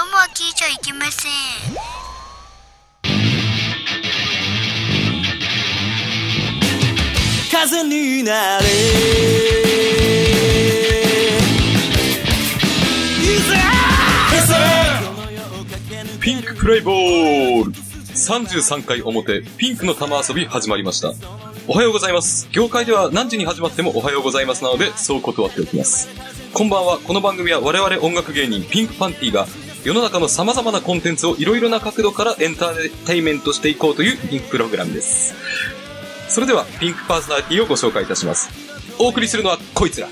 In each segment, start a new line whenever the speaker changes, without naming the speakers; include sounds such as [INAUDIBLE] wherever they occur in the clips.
ゃいけません。
風になれ
ピンクフライボール33回表、ピンクの玉遊び始まりました。おはようございます。業界では何時に始まってもおはようございますなので、そう断っておきます。こんばんは、この番組は我々音楽芸人ピンクパンティが世の中の様々なコンテンツをいろいろな角度からエンターテインメントしていこうというピンクプログラムです。それでは、ピンクパーソナリティをご紹介いたします。お送りするのはこいつら。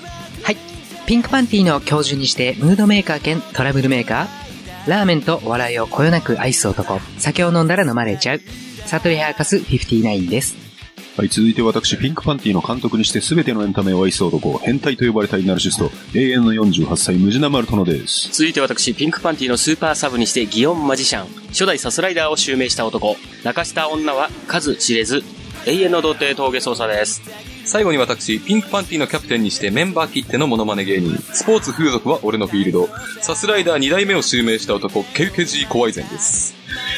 ピンクパンティの教授にしてムードメーカー兼トラブルメーカーラーメンとお笑いをこよなく愛す男酒を飲んだら飲まれちゃうサトリハーカス59です
はい、続いて私、ピンクパンティの監督にして全てのエンタメを愛す男、変態と呼ばれたイナルシスト、永遠の48歳、ムジナマルトノです。
続いて私、ピンクパンティのスーパーサブにして、祇園マジシャン。初代サスライダーを襲名した男。泣かした女は数知れず。永遠の童貞峠捜査です。
最後に私、ピンクパンティのキャプテンにしてメンバー切ってのモノマネ芸人、スポーツ風俗は俺のフィールド、サスライダー2代目を襲名した男、ケウケジー・コワイゼンです。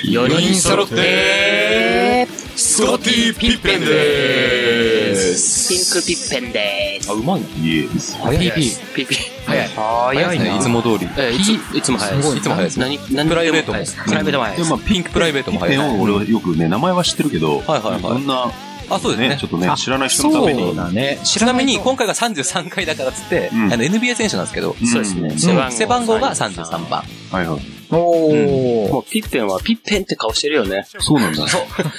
4人揃って、ス
コティピッペンでーす
ピンクピッペンでーす。
あ、うまいな。
イエーイ。
早い
ピッピ。
早い。
早い
ね、いつも通り。
えー、いついつも早いです。
いつも早いです
何、何
プライベートも
プライベートも早い
で
で
も
す。
まあ、
ピンクプライベートも
ピッペ
早い。
ンを俺はよくね、名前は知ってるけ
は
ど、
いはいはい
どんな、
あ、そうです
ね、
ね
ちょ。っとね
あ、
知らない人のために。
だね
ちなみに、今回が33回だからっつって、
うん
あの NBA 選手なんですけど、
ん
そうですね。
うん
背番号
背番号が33。番。
はいはい。
おー
もうピッペンはピッペンって顔してるよね。
そうなんだ。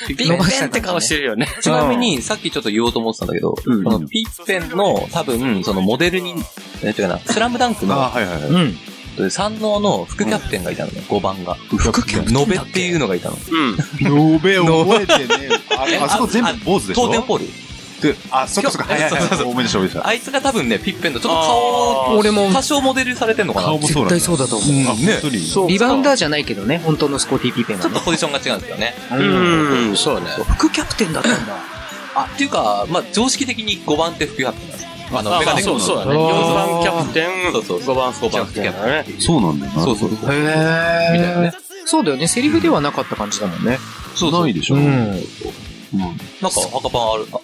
ピッペンって顔してるよね。
ちなみに、さっきちょっと言おうと思ってたんだけど、
うん
このピッペンの、多分、そのモデルに、え、てかな、スラムダンクの
あ、はいはいはい。
うん
三能の副キャプテンがいたのね、5番が。
副キャ
ノベっていうのがいたの。
うん。
[LAUGHS]
[LAUGHS]
ノベ覚えてね。ああそこ全部坊主でし
東
ょ
天ポール。
あ、そっかそっか。はいはい
そうそう
は
そ
い。おめでとうございま
あいつが多分ね、ピッペンとちょっと顔
あー
を、俺も多少モデルされてんのか
す。
な。
顔もそうなん
絶対そうだと思う
あ、本当に。
そう
リバウンダーじゃないけどね本当のスコティピッペン
ち
は
ょっと
ね
ポジションが違うんですよね。
うん、そうね。
副キャプテンだったんだ
あ、っていうか、まあ、常識的に5番って副キャプテンなんですよ。あの、メガネ
そうそうだね。
あー
4番キャプテン、
そうそう
5番副キャプテンだね。
そうなんだよな。
そうそうそう
へー。
みたいなね。
そうだよねセリフではなかった感じだもんね
そう
ないでしょ。うん。
なんか赤パンある、あ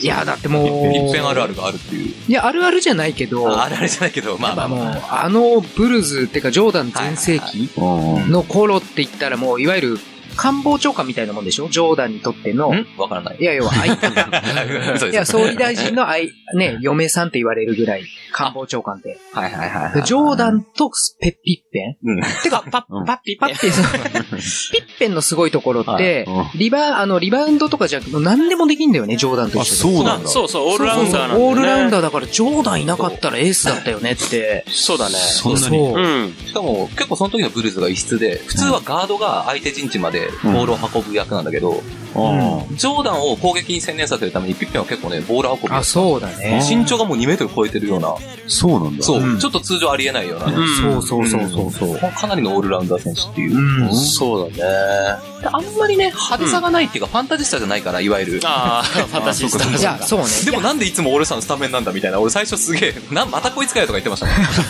いやだってもう
ピッペンあるあるがあるっていう。
いやあるあるじゃないけど
ああるあるじゃないけど、まあま
ま
あ
あ
ま
も
あ。
う、あのブルーズってか、ジョーダン全盛期
うん
の頃って言ったらもう、いわゆる官房長官みたいなもんでしょジョーダンにとっての。い
んわから
[LAUGHS]
ない。
や、要は、相手
そうです
いや、総理大 [LAUGHS] 臣の相、ね、嫁さんって言われるぐらい、官房長官って。
はいはいはい
でジョーダンとペッピッペ
う
ン
ん。
て [LAUGHS] か、パ
うん
ッ、パッピッペン。そうピッペンのすごいところって、リバ、あの、リバウンドとかじゃ、もう何でもできんだよね、ジョーダンと一緒
あ、
に。
そうなんだ。
そうそう、オールラウンダーなんだ、ね。
オールラウンダーだから、ジョーダンいなかったらエースだったよねって。
そうだね。
そんなに。
そ
う
う
ん。
しかも、結構その時のブルーズが異質で、普通はガードが相手陣地までボールを運ぶ役なんだけど、
あ
ジョーダンを攻撃に専念させるためにピッペンは結構ね、ボール運
あ、
び。
そうだね。
身長がもう2メートル超えてるような、
ーそうなんだ。
そう、
うん
ちょっと通常ありえないような、
うん
そうそうそうそうそう。
かなりのオールラウンダー選手っていう。
うん
そうだね。
であんまりね、派手さがないっていうか、ファンタジスタじゃないから、いわゆる。
[LAUGHS] ああ、ファンタジースタ
いや、そうね。
でもなんでいつも俺さんスタメンなんだみたいな、俺最初すげえ、な、またこいつかよとか言ってまし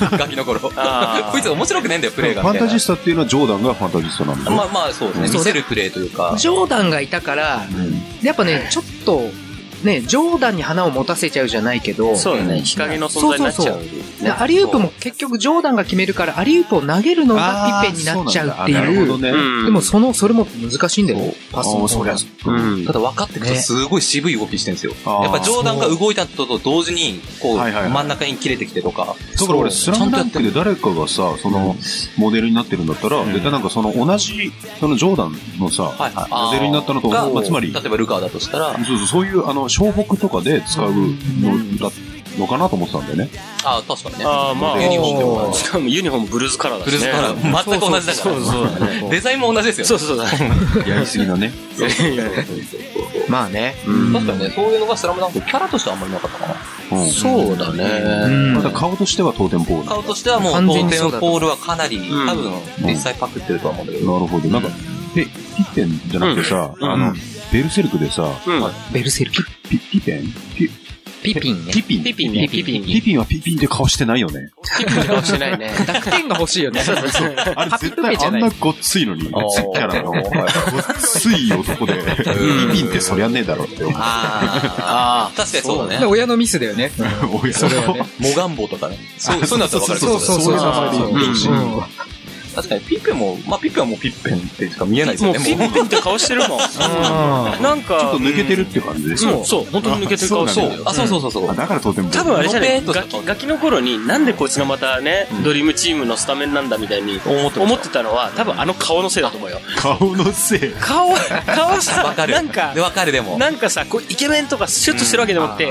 たもん。ガキの頃。こ
あー
いつ面白くねえんだよ、プレーが。
ファ
み
ン
たい
タ
な
ジスタっていうのはジョーダンがファンタジスタなんだ。
まあまあ、そうですね。見せるプレーというか。
ジョーダンがいたから、やっぱね、ちょっと、ね、ジョーダンに花を持たせちゃうじゃないけど、
そうだね。日陰の存在になっちゃう。
でアリウープも結局ジョーダンが決めるから、アリウープを投げるのが
あ
ピッペ
ー
ンになっちゃうって
そなんだなるほ
い
ど
う。
ね。
うん。
でも、その、それも難しいんだよ
そう。
パスの
あーそ
方
り
が
ゃそ
うん。
ただ分かってくと
ね
すごい渋い動きしてるんですよ。
あー
やっぱジョーダンが動いたとと同時に、こう、
はいはいはい
真ん中に切れてきてとか。
だから俺、スラムダンクで誰かがさ、その、モデルになってるんだったら、絶対なんかその同じ、そのジョーダンのさ、
はいはい。
モデルになったのと
が
まあつまり
例えばルカーだとしたら、
そうそう、そういう、あの、小北とかで使うのだ、のかなと思ってたんだよね。
あー確かにね。
ああ、まあ、
ユニフォームでも
しかもユニフォームブルーズカラーだ
ブ
しね。
ルースカラー、全く同じだか
そう
ら。
そうそうだね。
デザインも同じですよ。
そうそうそうだね。
やりすぎだね。
まあね。
確かにね、そういうのがスラムダンク、キャラとしてはあんまりなかったかな。
うん。
そうだ
う
ね。
ん
また顔としては当店ポール。な
顔としてはもう、
完
当
全に
店
そう
の
だと
ポールはかなり、
うん
多分、実際パクってるとは思うんだけど。
るほど。なんか、え、ピッペンじゃなくてさ、
うん
あの、ベルセルクでさ、
うん。
ベルセルク。
ピピッペンピ
ピピンね。
ピピン。
ピピンね、ピ
ピ
ピ
ピ
ン。
ン
ピピンはピピンって顔してないよね。
ピピンって顔してないね。
濁点が欲しいよね。
あれ
ハピプ
絶
ペ
対
じ
あ
ゃ
ん
ない
なごっついのに、絶対やらないよ。ごっつい男で、
ん
ピピンってそりゃねえだろって思う。
あ
あ
あ、確かにそうだ
で
ね。
親のミスだよね。
[LAUGHS] おいそれはね
モガンボとかね。
そう、そういうのだったらわかるけど
そうそうそ
そういう
う
名前で言ってほしい。
うん
確かに、ピッペンも、まあ、ピッペンはもうピッペンってしか見えないです
も
よ
う
ね。
ピ
もう
ンピンって顔してるもん。なんか。
ちょっと抜けてるって感じでし
そ
ょ
う、。そう、本当に抜けてる顔
あ
して
そ
るよ
うなんだ。
あ、そうそうそうそう。
あだから当然僕、
多分あれじゃない
のぺー
ガ
っと
キガキの頃になんでこいつがまたね、ドリームチームのスタメンなんだみたいに思ってたのは多分あの顔のせいだと思うよ
顔のせい。
顔顔さ
わかる。
なんか
で、わかるでも。
なんかさこうイケメンとかシュッとしてるわけでもって、へ [LAUGHS]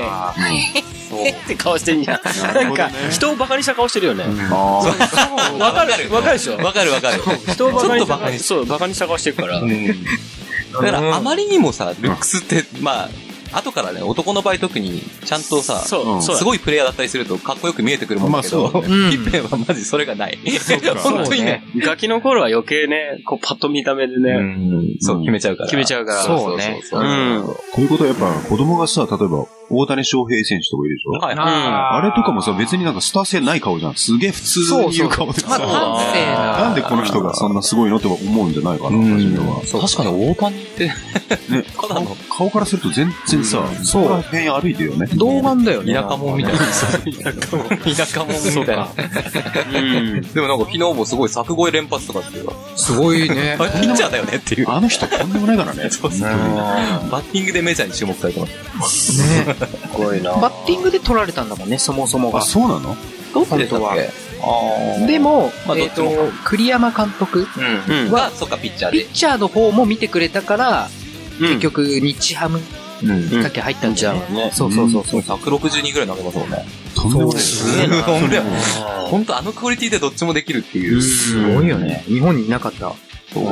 って顔してんじゃん
な
な
る
ん
ほど
か
ね
人をバカにした顔してるよね
あー
わかるわかるでしょ
わかるわかる。
人をバカにした
ちょっとバカに
そうバカにした顔してるから
だから、あまりにもさ、ルックスって、まあ、後からね、男の場合特に、ちゃんとさ、
そう、
うん
そう
すごいプレイヤーだったりすると、かっこよく見えてくるもんだけ
まあ
ど、
そうだ
ピ
ね
ッペンはマジそれがない。
か
[LAUGHS] 本当にね。
ガキの頃は余計ねこうパッと見た目で
う
ね、
んそう、決めちゃうから。
決めちゃうから
そうね。
う
うん
ん
こういうことはやっぱ子供がさ、例えば大谷翔平選手とかいるでしょ
はいはい。
あ
あれとかもさ、別になんかスター性ない顔じゃん。すげえ普通にいる顔で
まあ、
さ。
端正な。
なんでこの人がそんなすごいのとか思うんじゃないかな、初めは。
確かに、大谷って、
ね
[LAUGHS] ただの
顔からすると全然さ、そこら辺歩いてるよね。
童顔だよね。
田舎者みたいな。田舎者。 [LAUGHS] 田舎者みたいな。
うん
でもなんか昨日もすごい作声連発とかっていうか、
すごいね
[LAUGHS] あ。れピッチャーだよねっていう。
あの人とんでもないからね。
[LAUGHS] そうそうバッティングでメジャーに注目されてます。
ね
すごいな
バッティングで取られたんだもんね、そもそもが
あ、。そうなの
どっちでしたっ
本
けあー
で、も
まあ、
えっ
どっち
と、栗山監督、
う
うん
ん。は、そっか、ピッチャー
ピ
で。
ッチャーの方も見てくれたから、
結
結局、日ハム
うん。
だけ入ったんじゃん。
ね。
そうそうそうそう。
162ぐらい投げますもんね。
とんでもない。
すげえな。ほんで、ほんとあのクオリティでどっちもできるっていう。
すごいよね。日本にいなかった。
そう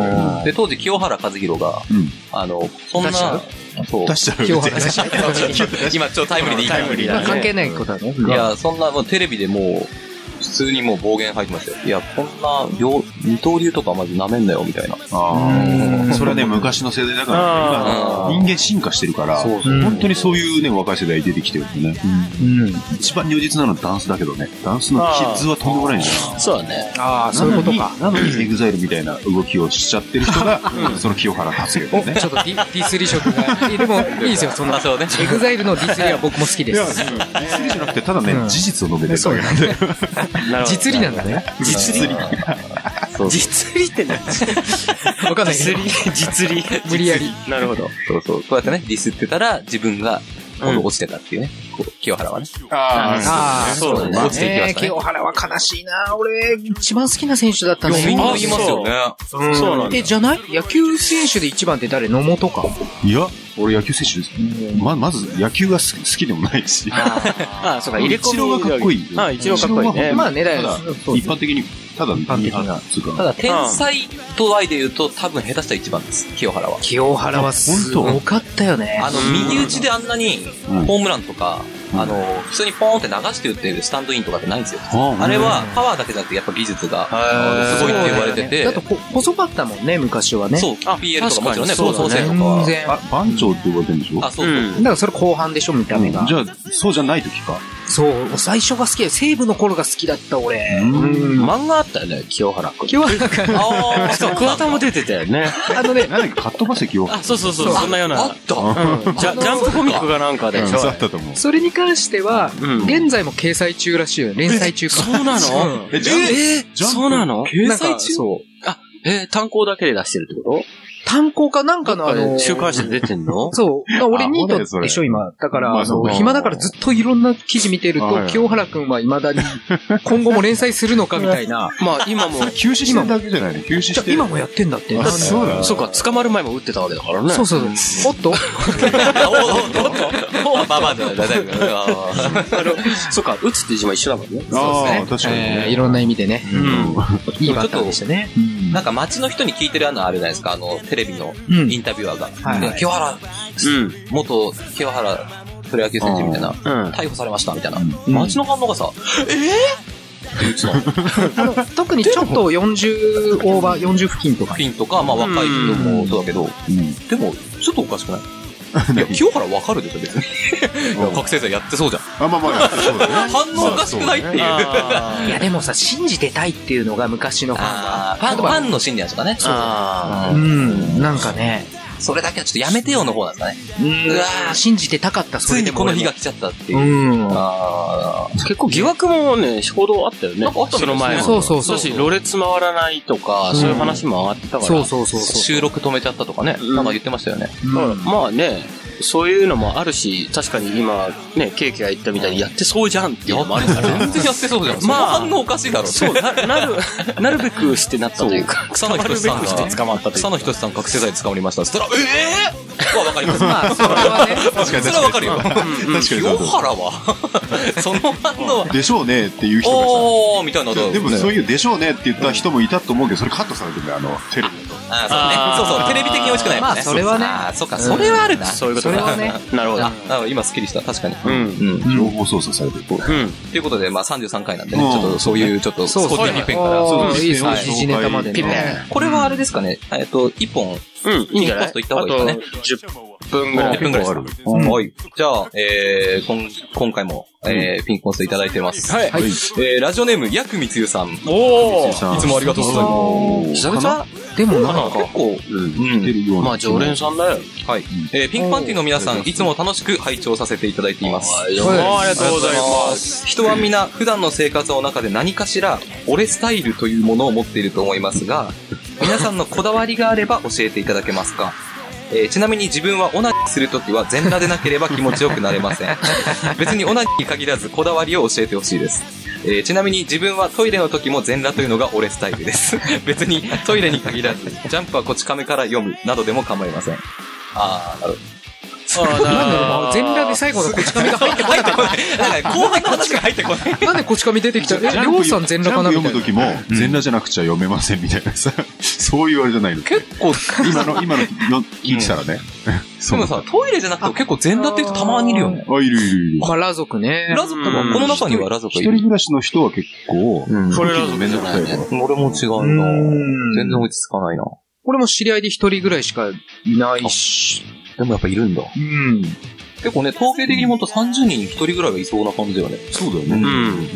で、当時、清原和博が
うん、
あの、そんな
出しちゃ、
そう
出。しちゃう
今
よ
日
ね。
話し
今、超タイムリーでいい
タイムリーだね
関係ないことだね。
いや、そんな、もうテレビでもう、普通にもう暴言吐いてましたよ。いや、こんな、両、二刀流とかまず舐めんなよ、みたいな。
ああ。それはね、昔の世代だから
あー
ね、今、人間進化してるから、
そうそう
本当にそういうね、若い世代出てきてるんでね。
うん。
一番如実なのはダンスだけどね、ダンスのキッズはとんでもないんだよな。
そうだね
ああ、
な
そういう
の
こと
に、
か。
なのに、エグザイルみたいな動きをしちゃってる人が、その清原達也
お、
だよ
ちょ
ね
っ。とディディスリ色が。でも、いいですよ、そんな。
そうね。
エグザイルのディスリは僕も好きです。
失礼じゃなくて、ただね、
うん
事実を述べてるわけなんで。
なるほど
実利なんだね。
実利
そう
実利って何
わかんないけ
実
ど
利。実利
無理やり。
なるほど
そうそう。こうやってね、ディスってたら、自分が、今度落ちてたっていうね。こう、清原はね。
ああ、
そうだね
落ちていきましたね
清原は悲しいな。俺、一番好きな選手だったんだよ。
いやみんな
言いますよね。
そうなんだ
え、じゃない野球選手で一番って誰野本か。
いや、俺野球選手です。ま、まず野球が好き好きでもないし。
ああそうか入れ
一
込み
郎がかっこいいよ。
あ一郎かっこいいね
一郎は本当に
まあねだ
た
よ
だ
そう
一般的に、ただ、一
般的な
つう
た
か。
だ、天才と愛で言うと、多分下手したら一番です、清原は。
清原はすごかったよね。
あの、右打ちであんなに、
うん
ホームランとか、
うん
あの、普通にポーンって流して打ってるスタンドインとかってないんですよ。あれは、パワーだけじゃなくて、やっぱ技術が、あのすごいって言われてて
だ、とこ細かったもんね、昔はね。
そう、
あ
PL とかもちろんね、
確かにそ
高校
うだ
生
ね
とか
全
は。
然。
あ、番長って呼ばれてるんでしょ
あ、そう
う
そう。
だ
ん
からそれ後半でしょ、見た
う
目
んじゃ
が。
あ、そうじゃない時か。
そう、最初が好きで、西武の頃が好きだった俺。
うん
漫画あったよね清原くん
清原君。
ああ、
しかも桑田も出てたよね
あのね、
なんだっけ、カットバセキを。
あそうそうそうそんなよう
あ
な
った
うんジャジャンプコミックかなんかで
うんそうだったと思う。
それに関しては、
うん
現在も掲載中らしいよね。連載中か。
そうなの
うん
え、ジャンプ
えー
ジャンプ
そうなの
載
掲
中
なんかそうあえー単行だけで出してるってこ
単行かなんか
と
の
あ
あの
れ、週刊誌で出てんの
そう。俺
あ
ニー
そうだよそ
ト
れ
でしょ、今。だか
ま
ら、
あ
あ
そう
の、
か
暇だからずっといろんな記事見てる
はいは
と、
い
清原くんは未だに、今後も連載するのかみたい
[LAUGHS]
な。
まあ今も
休止してるだけじゃないの休止
じ
し
ゃ
て
あ
る
今もやってんだって。
あそうなの
そうか捕まる前も打ってたわけだからね
そうそうそう。おっと
まあまあまあ、大丈夫。
あのそうか打つって字も一緒だもんね
ああ、確かに
えー
ね。
いろんな意味でね。いいバッターでしたね。
なんか街の人に聞いてるあのあるじゃないですか、あの、テレビの
う
イ
ん。
ンタビュアーが。
いはい
で清原、
うん
元清原プロ野球選手みたいな、
うん
逮捕されましたみたいな。
うん
街の反応がさ、
あの、特にちょっと40オーバー、40付近とか。
ピンとか、まあ若い人もそうだけど、
うん
[LAUGHS] でも、ちょっとおかしくない
いや、清原わかるでしょ、別に。いや覚醒剤やってそうじゃん。
あ、まあまあ、そうだね。
[LAUGHS] 反応おかしくないっていう。
あ
いや
[LAUGHS] ー
でもさ、信じてたいっていうのが昔のファンは。
ファン、フ
は
ァンの心理なんですかね。
あ
う
うん
ん、なんかね、
それだけはちょっとやめてよの方なんですかね。
うん
うわー
信じてたかった、そ
つ
れ
い
で
に
も
この
俺
日
も
が来ちゃったっていうう。
ん。
あ
ー結構疑惑もね、報道あったよね。
なんかあったみ
そ
た
の
いですね
前も
そうそうそう
だし、ろれつ回らないとか、
うん
そういう話も上がってたから。
そうそうそう
ー
そう。
収録止めちゃったとかね。なんか言ってましたよね。
うん
まあね、そういうのもあるし、確かに今、ね、ケーキが言ったみたいにやってそうじゃんっていうのもあるから。
全然やってそうじゃん。
まあ
その反応おかしいだろ
そう、な [LAUGHS] なる、なるべくしてなったというか。
草野仁さん
なるべく
が
して捕まったという
草野仁さん覚醒剤捕まりました。そしたら、ええー、はわかります。
まあ、それはね、
確かに。それはわかるよ。
確かにそう
清
だ
原は、その反応は、
でしょうねっていう人がさ。
おーみたいな。
でもそう
いう。
いうでしょうねって言った人もいたと思うけど、それカットされてるんだよ、あの、テレビだと。
あーそうね。そうそう。テレビ的に美味しくないもんね。
まあそれはね
あーそうか、それはあるな。
そういうこと
それはね。
なるほど
あ。、あ今スッキリした。確かに。
うん。
うん。
情報操作されてる。
うん。
ということで、まあ33回なんでね、
うん
ちょっとそういう、ちょっと、
そう
スポ
そう
ティファイピッペンから。
そう
あーいいですね
はい
時事ネタまで
ピッペ
ね。
これはあれですかね、えっと、1本、
うん。いいんじゃない
コストいった方がいいかね
あと10分ぐらい。
10分ぐらいですか
ある。
うんはい。じゃあ、えー、こん今回も、えー、ピンクコンストいただいてます。はい。
はい
えー、ラジオネーム、ヤクミツユさん。い
おー
つもありがとうございます。
久々
でもなん
なんか
か、
結構、
うん。出るような。
まあ常連さんだよ。
はい。えー、ピンクパンティの皆さん、いつも楽しく拝聴させていただいています。
どうもありがとうございます。
人は皆普段の生活の中で何かしら俺スタイルというものを持っていると思います
[LAUGHS]
が皆さんのこだわりがあれば教えていただけますか、えーちなみに自分はオナニーするときは全裸でなければ気持ちよくなれま
[LAUGHS]
せん別にオナニーに限らずこだわりを教えてほしいですえーちなみに自分はトイレの時も全裸というのが俺スタイルです。 [LAUGHS] 別にトイレに限らず、ジャンプはこち亀から読むなどでも構いません。あー、なるほど。
なんだろうな全裸で最後のこち亀が入ってこな
入ってこない。なんか後半の話が入ってこない。
い。なんでこち亀出て [LAUGHS] きちゃうえ、りょうさん全裸かな
ジャ
み
ン
た
プ
いな。
読む時も、全裸じゃなくちゃ読めませんみたいなさ、そういうあれじゃないの。結構、今の、今の、の、言ってたらね。
で
そ
もさ、トイレじゃなくても結構全裸っていう人たまにいるよね。
あ、いるいるいる。
まあ、ラ族ね。
ラ族は、この中にはラ族
一
いる
人。暮らしの人は結構、
ん
これはめんどくさいから。
俺も違
う
うな全
ん
然。落ち着かないな。
俺も知り合いで一人ぐらいしかいないし。
でもやっぱいるんだ。
うん。
結構ね、統計的にほんと30人に1人ぐらいはいそうな感じだよね。
そうだよね。
うん。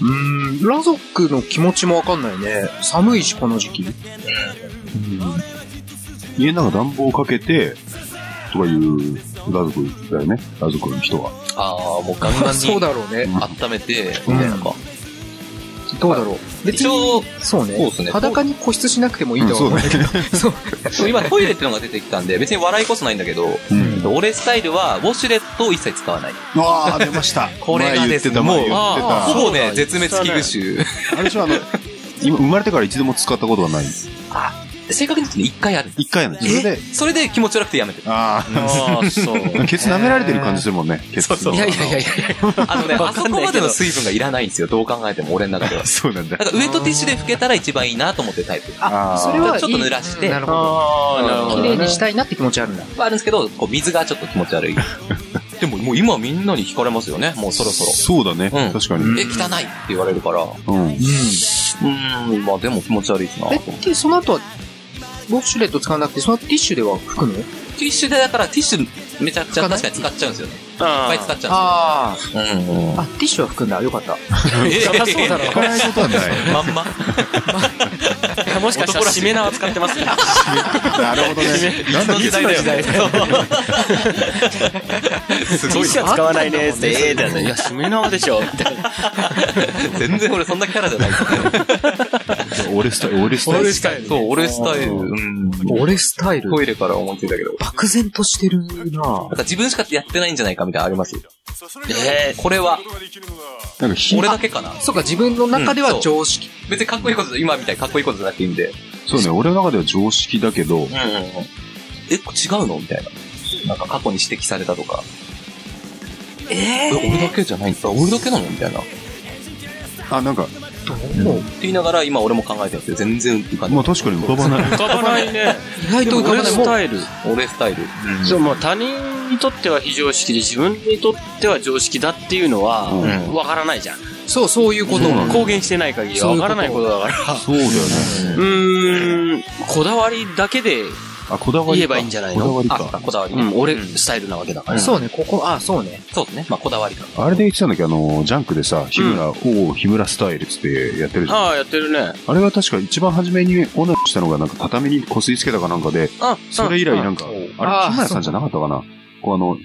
うん。ラ族の気持ちもわかんないね。寒いし、この時期。
家の中暖房かけて、とかいう、家族だよね。家族の人は。
ああ、もうガンガン
[LAUGHS] そう
に
だろうね。
温めて、
うん
なんか。
どうだろう。別
一
に、
応、
そう
そう
ね
っす。ね
裸に固執しなくてもいいとは
そう
思う
だ。ね。
今トイレってのが出てきたんで、別に笑いこそないんだけど、
うん。
俺スタイルはウォシュレットを一切使わない。
ああ、出ました。
これが
[LAUGHS] 前言
で
っ
す
て
ね、
た、
も
前
う、
言って
ほ
た。
ぼね、絶滅危惧
あれでしょ、あの、今、生まれてから一度も使ったことがない。
種。正確に言うとね、一回ある。
一回やね。それで、
それで気持ち悪くてやめてる。
あ
ああ、そう。
あ、ケツ舐められてる感じするも [LAUGHS] んね。ケツ。
いやいやいやいや。
[LAUGHS] あのね、あ
わか
そ
んないけど
こまでの水分がいらないんですよ。どう考えても、俺の中では。
そうなんだ
だ。からウエットティッシュで拭けたら一番いいなと思ってるタイプ。
あ
そ
ー
れはいい
ちょっと濡らして
なるほ
ああ、なる
ど。
ほ
綺
ど
麗
ね。
にしたいなって気持ちあるんだ。
はあるんですけど、こう水がちょっと気持ち悪い。でももう今みんなに惹かれますよね、もうそろそろ。
そうだね。
うん
確かに。
うん
え、汚いって言われるから。う
うん。
ーん、まあでも気持ち悪いしな。
え、
テ
で、その後は、ウォシュレット使わなくて、その後ティッシュでは拭くの
ィッシュでだからティッシュめちゃくちゃ
使わない
確かに使っちゃうんですよね。
あ
いっぱ
あ
い使っちゃ
あ
うんですよ。うんう
あ。あ、ティッシュは拭くんだ。よかった。
え
そりゃそうだろ
使わないことはない。
まんま。 [LAUGHS]
もしかしたら、しめ縄使って [LAUGHS] ますね。
[LAUGHS] なるほどね。 [LAUGHS] なんだっけ
代だよね。
すごい。使わないねって。ええだね。いや、しめ縄でしょ。
全然俺そんなキャラじゃない。
俺スタイル、俺スタイ
タイ
ル。
そう、俺スタイル。うん。
俺スタイル
トイレから思いついたけど。
漠然としてるな
なんか自分しかやってないんじゃないかみたいなのあります
え
これは、
なんか火
俺だけかな。
そうか、自分の中では常識。
別にかっこいいこと、今みたいにかっこいいことじゃなくていいんで。
そうね、俺の中では常識だけど、
うんうんうん。え、これ違うのみたいな。なんか過去に指摘されたとか。え俺だけじゃないんだ。俺だけなのみたいな。って
あ、なんか、
言いながら、今俺も考えてますよ。全然浮かんで
ま
な
あ
い。
確かに浮かばない。
浮かばないね。
意外と浮かば
俺
ない。
ス
もう
タイル。
俺スタイル。
そう、まあ他人にとっては非常識で、自分にとっては常識だっていうのは、
うん
わからないじゃん。
そう、そういうこと。
公言してない限りはわからないことだから。
そうだよね。
うーん、こだわりだけで
あ、こだわりか。
言えばいいんじゃないの
こだわり
あ、
か。
こだわり
う
ね。
ん、俺、
うん
スタイルなわけだから。
そうね、ここ、あ、そうね。
そうですね。まあ、こだわりか。
あれで言ってたんだけど、あの、ジャンクでさ、日村、おお、日村スタイルっつってやってるじゃん。
ああ、やってるね。
あれが確か一番初めにオナニーしたのが、なんか畳にこすりつけたかなんかで、
あ、
それ以来なんか、あ
あー
れ、日村さんじゃなかったかなこうあの、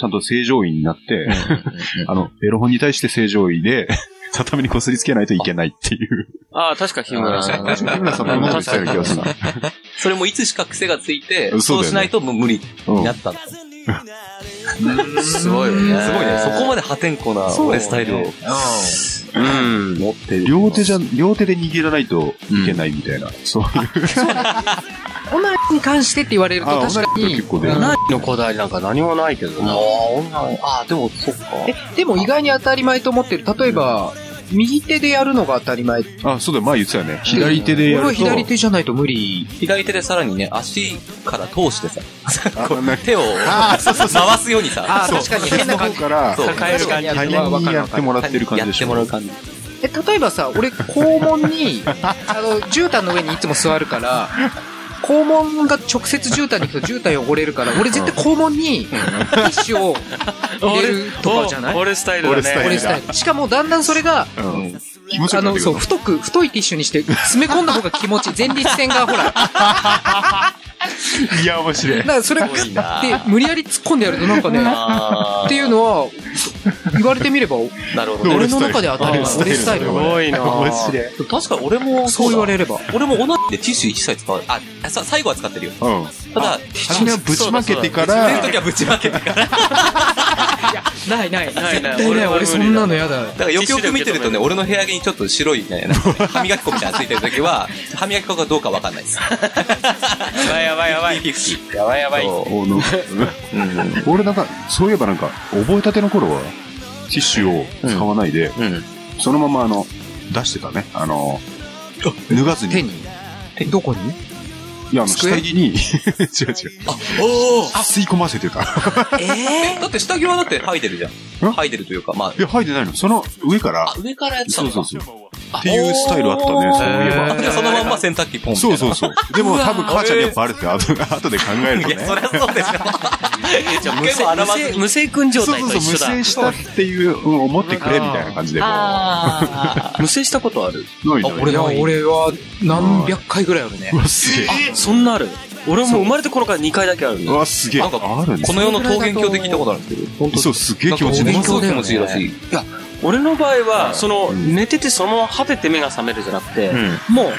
ちゃんと正常位になって、 [LAUGHS] あの、エロ本に対して正常位で、 [LAUGHS] 畳にこすりつけないといけないっていう。
ああ、確か日村さん。
確か日村さんも同じたような気がするな。
それもいつしか癖がついて、
そうだよね
そうしないともう無理
うん
になったんだ。
すごいよね。
すごいね。そこまで破天荒な俺スタイルを
うん。
持ってる。
両手じゃ、両手で握らないといけないみたいな。そういう。
オナニーに関してって言われると
あ
確か
オナニー
に
って結構出る
何のこだわりなんか何もないけどな。
ああ、でも、そっか。
え、でも意外に当たり前と思ってる。例えば、右手でやるのが当たり前。こ
あ、そうだよ、前言ってたよね。左手で
れ
やる
は
と。
左手じゃないと無理。
左手でさらにね、足から通してさ、こう
なんか
手を回すようにさ、
そう
確かに変な感じ
そっちの方から、
そう
抱える感じ
他人にやってもらってる感じ
や
で
っ
してょ。
もらう感じ。
え、例えばさ、俺、肛門 [LAUGHS] に、あの、絨毯の上にいつも座るから、肛門が直接絨毯に行くと絨毯汚れるから、俺絶対肛門にティッシュを入れるとかじゃない
お俺スタイルだね。
俺スタイル
俺スタイル。しかもだんだんそれが、
うん。気持ちよ
あ
くな
の、
ってく
そう、
る。
太く、太いティッシュにして詰め込んだ方が気持ちいい。前立腺がほ [LAUGHS] ら、
いや、面白
だからそれグ
いな
ッて無理やり突っ込んでやるとなんかね、
あ
っていうのは、言われてみれ [LAUGHS] ば、
あ、なるほどね。
俺の中で当たり前。俺スタイル
す。ごいな。
面白い。
でも確か俺も、
そう言われれば。
俺も同じでティッシュ一切使わない。ああ、さ最後は使ってるよ。
うん。
ただ、
初めはぶちまけてか
捨てる
ら
と、きはぶちまけて [LAUGHS] から。だか
ないない。
ない
絶対ない。俺そんなのやだ。
らよくよく見てるとね、俺の部屋着にちょっと白いね、なんか歯磨き粉みたいなのついてるときは、歯磨き粉かどうかわかんないです。
やばいやばいやばい。やばいやばい。
おの
う
[LAUGHS]
ん。
俺なんか、そういえばなんか、覚えたての頃は、ティッシュを使わないで、
うん。
そのままあの、出してたね。あの、脱がずに。
手
い
に。どこに
や、あの、
机
下着に、違う違う。 [LAUGHS] 吸い込ませてた。
えだって下着はだって剥いでるじゃん。
ん
剥いでるというか、まあ
い、や、吐いてないの。その上から
あ、、上からやってた
そ
の
う
か
そうそう。っていうスタイルあったね、そういえば。
あじゃあそのまんま洗濯機ポンみたい
そ
な
うそう [LAUGHS] そう。でも多分母ちゃんにはバレて、あと後で考えると
い
ね。
や、そりゃそうでしょ。じ [LAUGHS] ゃあ、結構洗わずに。
無性君状
そう
態
そう
と
そう、無
一緒だ。
制したっていう、うん思ってくれみたいな感じで。こう
あ
無制したことある
ないない
いや、俺は何百回ぐらいあるね
う。わ、すげえ。
そんなある俺もう生まれた頃から2回だけある
うわ、すげえ。
なんか
あるん
ー
で
こ
す
の世の桃源郷で聞いたことあるんですけど、本当
そう、すげえ気持ちいい
なん
ね
か。桃源郷気持ちいいらしい。
俺の場合は、その、寝ててそのまま果てて目が覚めるじゃなくて、もう、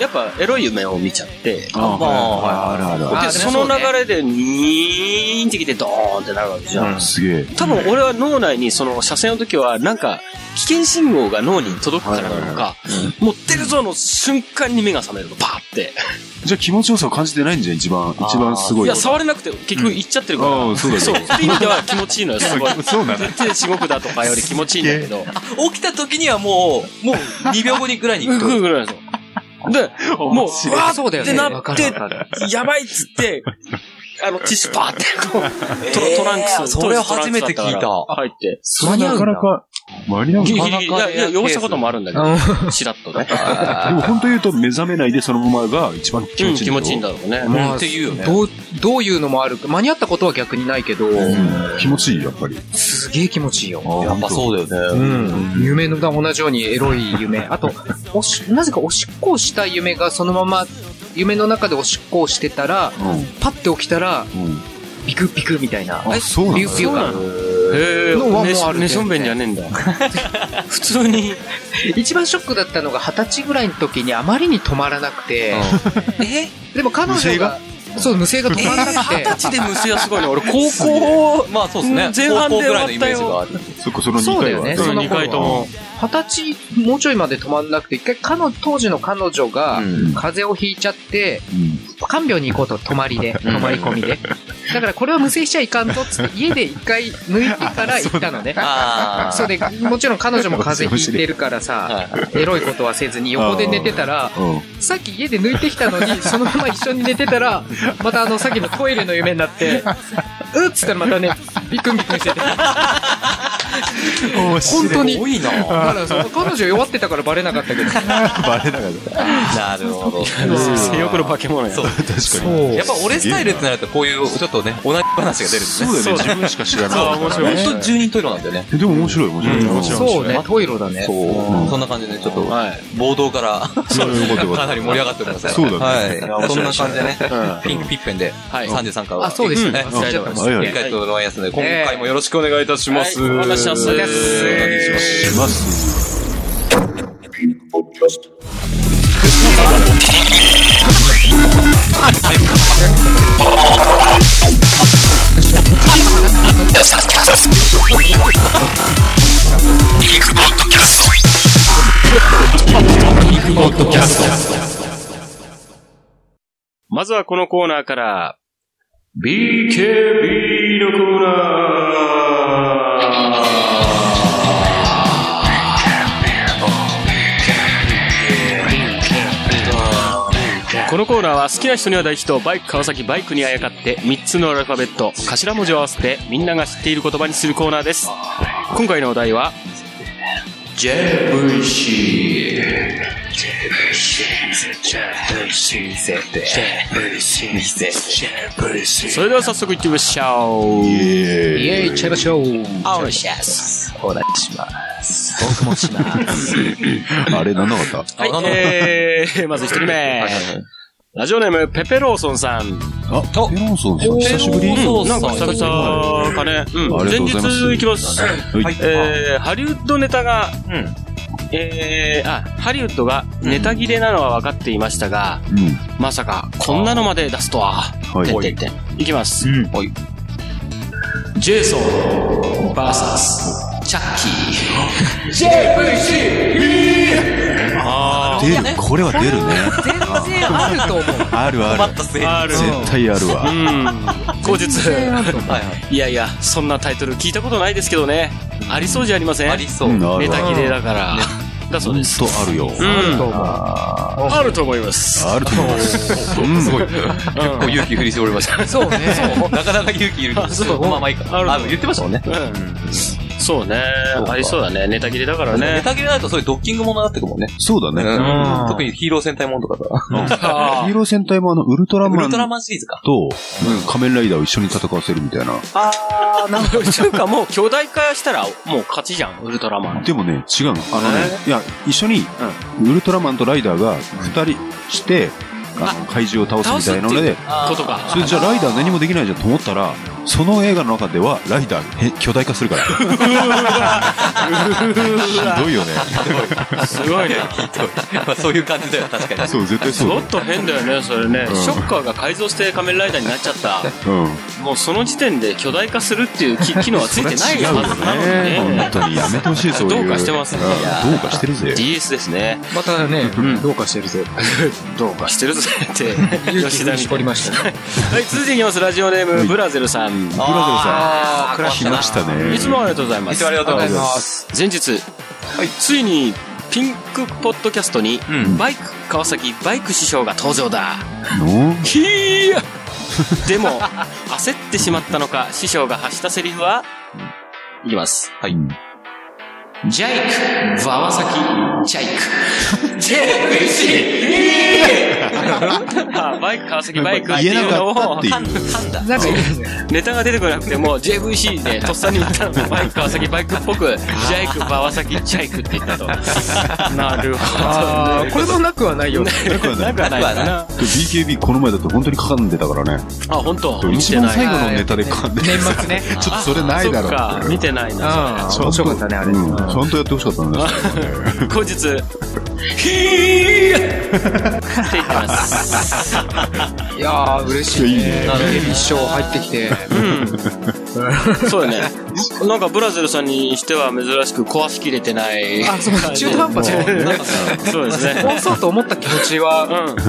やっぱエロい夢を見ちゃって、
ああ、はいはいはいあるある
あ
で、
ね
その流れで、ニーンってきて、ドーンってなるわけじゃん。
ある。すげえ。
多分俺は脳内に、その、車線の時は、なんか、危険信号が脳に届くからなのか、もう出るぞの瞬間に目が覚めるの、パーって。
じゃあ気持ちよさを感じてないんじゃん、一番、一番すご
い
い。
や、触れなくて、結局行っちゃってるから。
うんああそうだよ
そう、そういう意味では気持ちいいのよ、すごい。
[LAUGHS] そうなの
手でしごくだとかより気持ちいいんだけど、
起きた時にはもう、もう2秒後にぐらいに
うん
行
ぐる
[LAUGHS] く。
ぐるなんですよ。で、もう、うわ
そう
ー
だよ
っ
ね
てな
わ
っ
か
て
るわか、
やばいっつって、あの、ティッシュパーって、こう、トラトランクス、
それは初めて聞いた。
入って。
それなかなか、間に合う
ギ
の
リ
か
ギリ、いや、いや汚したこともあるんだけ
うん
ど、しらっとね。
でも本当言うと目覚めないでそのままが一番気
うん
持ちいい。
気持ちいいんだろうね。
うんっていうよね。
どう、どういうのもあるか。間に合ったことは逆にないけど、
うん。気持ちいい、やっぱり。
すげえ気持ちいいよ。
や
やっぱそうだよ
う
ね。
ん。夢の同じようにエロい夢。あと、おし、なぜかおしっこをした夢がそのまま、夢の中でおしっこをしてたら、
うん。
パッて起きたら、
うん。
ビクビクみたいな。
あ、そうなん
ビュ
だ
ービュー感。
へ
のはもうあ
ー
る
ねねしょんべんじゃねえん [LAUGHS] だ。普通に、
一番ショックだったのが二十歳ぐらいの時にあまりに止まらなくて、えでも彼
無
女
性
が
が、
そう、無性が止まら [LAUGHS] なくて
二、十歳で無性はすごいね。俺、高
高
校、
校、まあそうですね。
前半で
高校ぐらいのイ
終わったよ
メージがある。
そっか、その
そう
2
だ
回
よ
は。
ね、
うん
その
二回とも
頃二十歳もうちょいまで止まんなくて、一回彼女、当時の彼女が、
うん
風邪をひいちゃって、
うん
看病に行こうと、泊まりで、泊まり込みで。だからこれは無制しちゃいかんぞっつって、家で一回抜いてから行ったのね。
[LAUGHS] ああ。
そうで、もちろん彼女も風邪ひいてるからさ、エロいことはせずに横で寝てたら、
うん。
さっき家で抜いてきたのに、そのまま一緒に寝てたら、またあの、さっきのトイレの夢になって、うっつったらまたね、ビクンビクンしてて。
面白い
本当に
多いな
だからその彼女弱ってたからバレなかったけど
バレながら。
[LAUGHS] なるほど。
性欲の化け物や。
そう。
確かに。
う
やっぱ俺スタイルってなるとこういうちょっとね、同じ話が出るんです
そ
ね。
うだよね。自分しか知らない。
そう、本当十人トイレなんだよね。
えでも面白い、面白い。
うん
面白い面白い
そうねトイロだね
そう。そんな感じで、ちょっと、暴動から、
そういうこと
かなり盛り上がっておりますから
そうだね
はい。そんな感じでね、
うん
ピンクピッペンで、
はい
33回は。
あそうで
ね。
すね
うん
忘れちゃってまし
は
た
いはい
振り返っておりますので、今回もよろしくお願いいたします。
はいお願いします
お願いします
します。
まずはこのコーナーから、このコーナーは好きな人には大ヒット、バイク川崎バイクにあやかって、3つのアルファベット、頭文字を合わせて、みんなが知っている言葉にするコーナーです。今回のお題は、それでは早速行ってみましょう。
イエーイチェラショー
お願いします。
あれ、なんなかっ
はい、えー、まず一人目。ラジオネーム、ペペローソンさん。
たあ、ペロンソンさん、久しぶり。
そう
うんなんか久々かね。うん、前日行きます。
はい。
えー、ハリウッドネタが、
うん
えー、あ、ハリウッドがネタ切れなのは分かっていましたが、
うん。
まさか、こんなのまで出すとは。
はい。
てんてんてんいきます。
うん。はい。
ジェイソン、バーサス、チャッキー。JVC! あ
出る、これは出るね。
全然あると [LAUGHS] 思う
あるある。
せい。
ー、ある。
絶対あるわ。 [LAUGHS]
うん。後日。
はい
いやいや、そんなタイトル聞いたことないですけどね。ありそうじゃありません
ありそう。
うんあ
ネ
る
タ
わ。
切れだから。だそうです。
とあるよ。
うん。
あると思う
あると思います。
あると思う。
すごい。結構勇気振り絞りました。
そうね
[LAUGHS] なかなか勇気いる。
そう
まあまあいいか。
ある
あ、言ってましたもんね。
そうね。ありそうだね。ネタ切れだから
ネ
ね。
タ切れだとそういうドッキングものになってくもんね。
そうだね。
うん
うん
特にヒーロー戦隊ものとかさ。
ヒーロー戦隊もあの、ウルトラ
ウ
マ
ル
ン
トラ
と
マンシリーズか。 [LAUGHS]
仮面ライダーを一緒に戦わせるみたいな。
あー、なんか、というかもう巨大化したら、もう勝ちじゃ [LAUGHS] ん、ウルトラマン。
でもね、違うの。あのね、いや、一緒に、ウルトラマンとライダーが二人して、あの、怪獣を倒すみたいなので、
ことか。
それじゃあライダー何もできないじゃんと思ったら、その映画の中ではライダーへ巨大化するから。ひどいよね。
すごい [LAUGHS] ね。
まあそういう感じだよ、
[LAUGHS]
確かに。
そう、絶対
ち
そうだ
ょ
よ
っ。と変だよね、それね。
うん
ショッカーが改造して仮面ライダーになっちゃった。
うん。
もうその時点で巨大化するっていう機機能はついてない
違うよ
はずなの
ね。
にね
本。当にやめてほしい、そういう。
どうかしてます
ん
ね
どうかしてるぜ。
DS ですね。
またね
ん
どうかしてる
[LAUGHS]
ぜ
どうかしてるぜって。
勇気
吉田みた
に絞
い
り
な
ましたね
[LAUGHS] はい、続いていきます。ラジオネーム、ブラゼルさん。
ブラゼルさ
あー、クラ
ん、来ましたね
い。つもありがとうございま
いつ
す
もあ。りがとうございます。
す
前日、ついにピンクポッドキャストに、
うん
バイク川崎バイク師匠が登場だ
の
ひーや [LAUGHS] でも焦ってしまったのか師匠が発したセリフはいきます
はい。
ジャイク川崎ジャイクジャイク [LAUGHS] しバイク川崎バイクって
言え
い
な
うの
かった
を
っていう。
なんかいいですね
ネタが出てこなくても JVC でとっさに言ったのがバイク川崎バイクっぽくジャイク川崎ジャイクって言ったと [LAUGHS] なるほ
あーこれもなくはないよね
だから
どな
ね
んかないかな
BKB この前だって本当にかかんでたからね。
あ、本当見
一
て
番
ない。
最後のネタでかんでた
年末ね
ちょっとそれないだろ
そっか、見てないな。
[LAUGHS] ああ面白かったねあれ
うんちゃんとやってほしかったんだよ
後日、ひーって言ってます。
いやー嬉しい
いやいいね
ね一生入ってきて
うん。そうだね。なんかブラゼルさんにしては珍しく壊しきれてない。
あそう [LAUGHS] 中途半端じゃないなんか
そうですね。
[LAUGHS] 壊そうと思った気持ち
う
は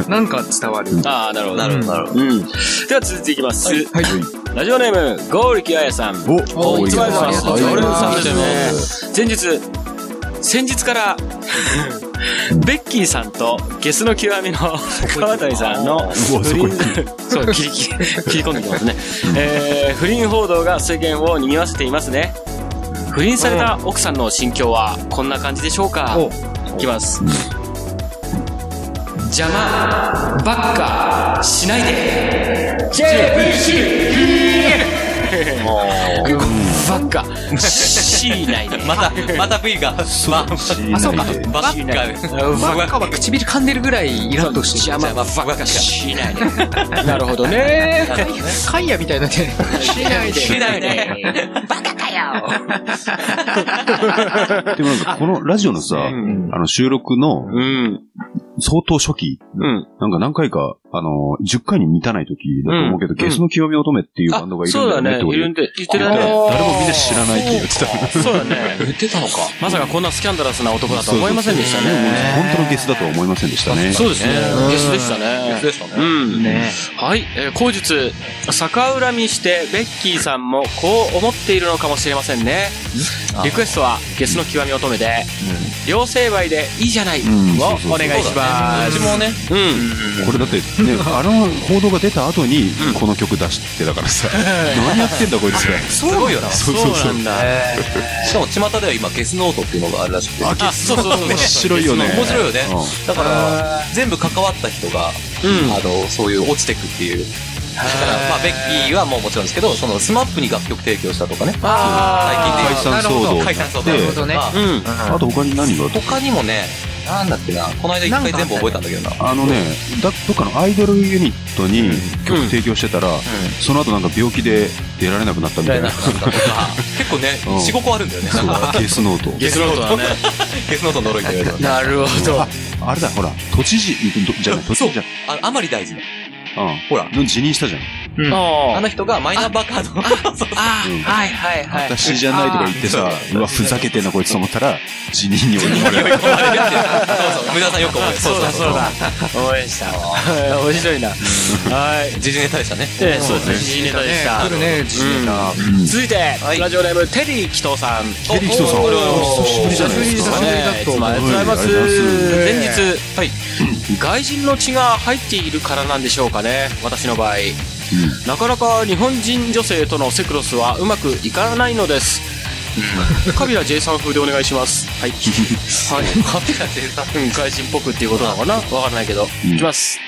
ん。
なんか伝わる
ああ、なるほど。
なるほど、なるほど。
うん。では続いていきます。
はい
ラジオネーム、ゴーリキアヤさん。
お
お
お
い
い
つ
つ
も
も
あ
あ
り
りが
がと
と
う
うご
ござい
ざ
ます
います。前日、先日 [LAUGHS] から、ベッキーさんとゲスの極みの川谷さんの
そこ
不
行
倫、そう、切り、切 [LAUGHS] り切り込んできますね。えー不倫報道が世間を賑わせていますね。不倫された奥さんの心境はこんな感じでしょうか
お
いきます邪魔ばっかしない [LAUGHS] で JBCP ばっかしないで
また、また V が、ま
あ、そうか。
あ、バッカー。
バッカは唇噛んでるぐらいイラッとして
邪魔ばっかしないでなるほどね
[LAUGHS] カイヤみたいなね。しないで。
しないで。
でもなんかこのラジオのさ、あの収録の
うん
相当初期、
うん
なんか何回か、あのー、10回に満たない時だと思うけど、ゲスの極み乙女っていうバンドがいるん
そう
だよ
だ
ねっ
ね
て
い
俺
る
言
ん
っ
で言って
た
る
ら
ね
誰もみんな知らないって言ってた。
そうだね
言ってたのか。
まさかこんなスキャンダラスな男だとは思いませんでした
そうそう
ね。
そう本当のゲスだとは思いませんでしたね。
そうですね。ゲスでした
別で
ね。
した
う
ね。
ん。
ね
はい。えー後日、逆恨みして、ベッキーさんもこう思っているのかもしれませんね。リクエストは、ゲスの極み乙女で、両成敗でいいじゃないを
ん
お願いしま
私
す。
もね、
うん。
これだって、ね、あの報道が出た後に、この曲出してだからさ、何やってんだこいつら。
すごいよな。し
そうそうそう。
かも巷では今、ゲスノートっていうのがあるらしくて。
あ、そうそうそう。
面白いよね。
面白いよね。
う
だから、全部関わった人が、あの、そういう落ちてくっていう。だから、まあ、ベッキーはもうもちろんですけど、その、スマップに楽曲提供したとかね。
あ
解
ー
散騒動
なるほど
解散相
なるほ
どね
ま
うん。
ん。あと他に何があった
あ他にもね、なんだっけな、この間一
なん
回
かあった
全
ね
部覚えたんだけどな。
あのね、だどっかのアイドルユニットに曲提供してたら、その後なんか病気で出られなくなったみたいな。
結構ね
うん、
4、5個あるんだよね。
[LAUGHS] そうだ、ケースノート。
ゲスノートだね。
ゲスノートの呪いだよね。
なるほど。
あれだ、ほら、都知事、どじゃない、都知事じゃん。
[LAUGHS] あ、あまり大事な。
うん。
ほら。
の辞任したじゃん。
あ
あ
の人がマイナンバーカードを [LAUGHS] そう
あ
うん
ー、はいはいはい。
私じゃないとか言ってさ、うわ、ふざけてんなこいつと思ったら、辞任に追い込まれる。
そうそう、無駄さんよく思い
ーそうだそうだ。応援したわ。 [LAUGHS] 面白いな。はい。
時事ネタでしたね。
えーそうですね。時事ネタでした。
来るね、ジータ。
続いて、
い
ラジオネームテリー紀藤さん
テリー紀藤さん
おお
お久しぶりじゃないです
久
か
しぶりだと思いますいつもありがとうございます
はいありがとうご
ざ
前
います
日、はい、外人の血が入っているからなんでしょうかね私の場合、なかなか日本人女性とのセクロスはうまくいかないのですカビラ J さん風でお願いしますはい、はい、カビラ J さん外人っぽくっていうことなのかなわからないけど、いきます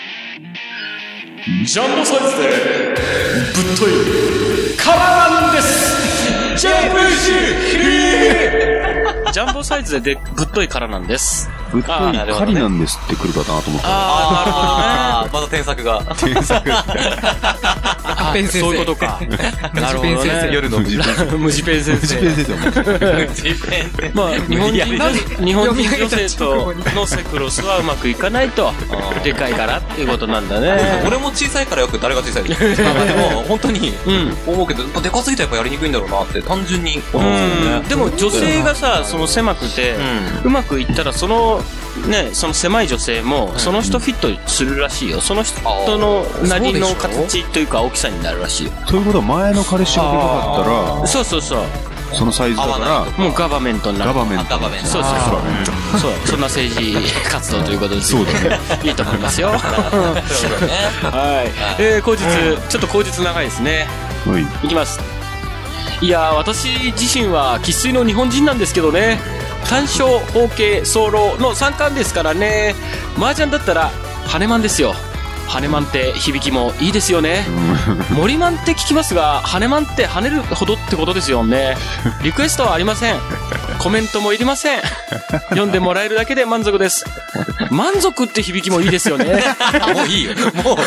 ジャンボサイズでぶっといからなんです JVC ジャンボサイズででぶっといからなんです
ぶっとい
あーなるほど
狩りなんですって来るかなと思ったら。
ああ、なるほどね。また添削が。
あペン先生。
そういうことかなるほ
ペン
ど
先生
ね
夜の無事。
無地ペン先
藤井
生
先生も
まあ日本人
なんで
日本人女性と
読み上げ
のセクロスはうまくいかないとでかいからっていうことなんだね
[LAUGHS] 俺も小さいからよく誰が小さいまあでも、本当に
うん
思うけど、でかすぎたらやっぱやりにくいんだろうなって単純に思うんですよ
うん
ね。
でも女性がさその狭くて、うまくいったらそのねその狭い女性もその人フィットするらしいよその人のなりの形というか大きさになるらしいよ
ということは前の彼氏がでかかっ
そうそうそう
たら、そのサイズだ
合わ
か
もうガバメントに
ら、
なる
ガバメン
あ
ト。
ガバメント
そうそう
ガバメント
そうそんな政治活動ということです
そうだね。
いいと思い [LAUGHS] ますよはいえー、後日ちょっと後日長いですね
はい。
いきますいやー私自身は生粋の日本人なんですけどね単勝方形総論の三冠ですからね麻雀だったら羽マンですよ羽マンって響きもいいですよね森マンって聞きますが羽マンって跳ねるほどってことですよねリクエストはありませんコメントもいりません読んでもらえるだけで満足です満足って響きもいいですよね
あもういいよ。もう。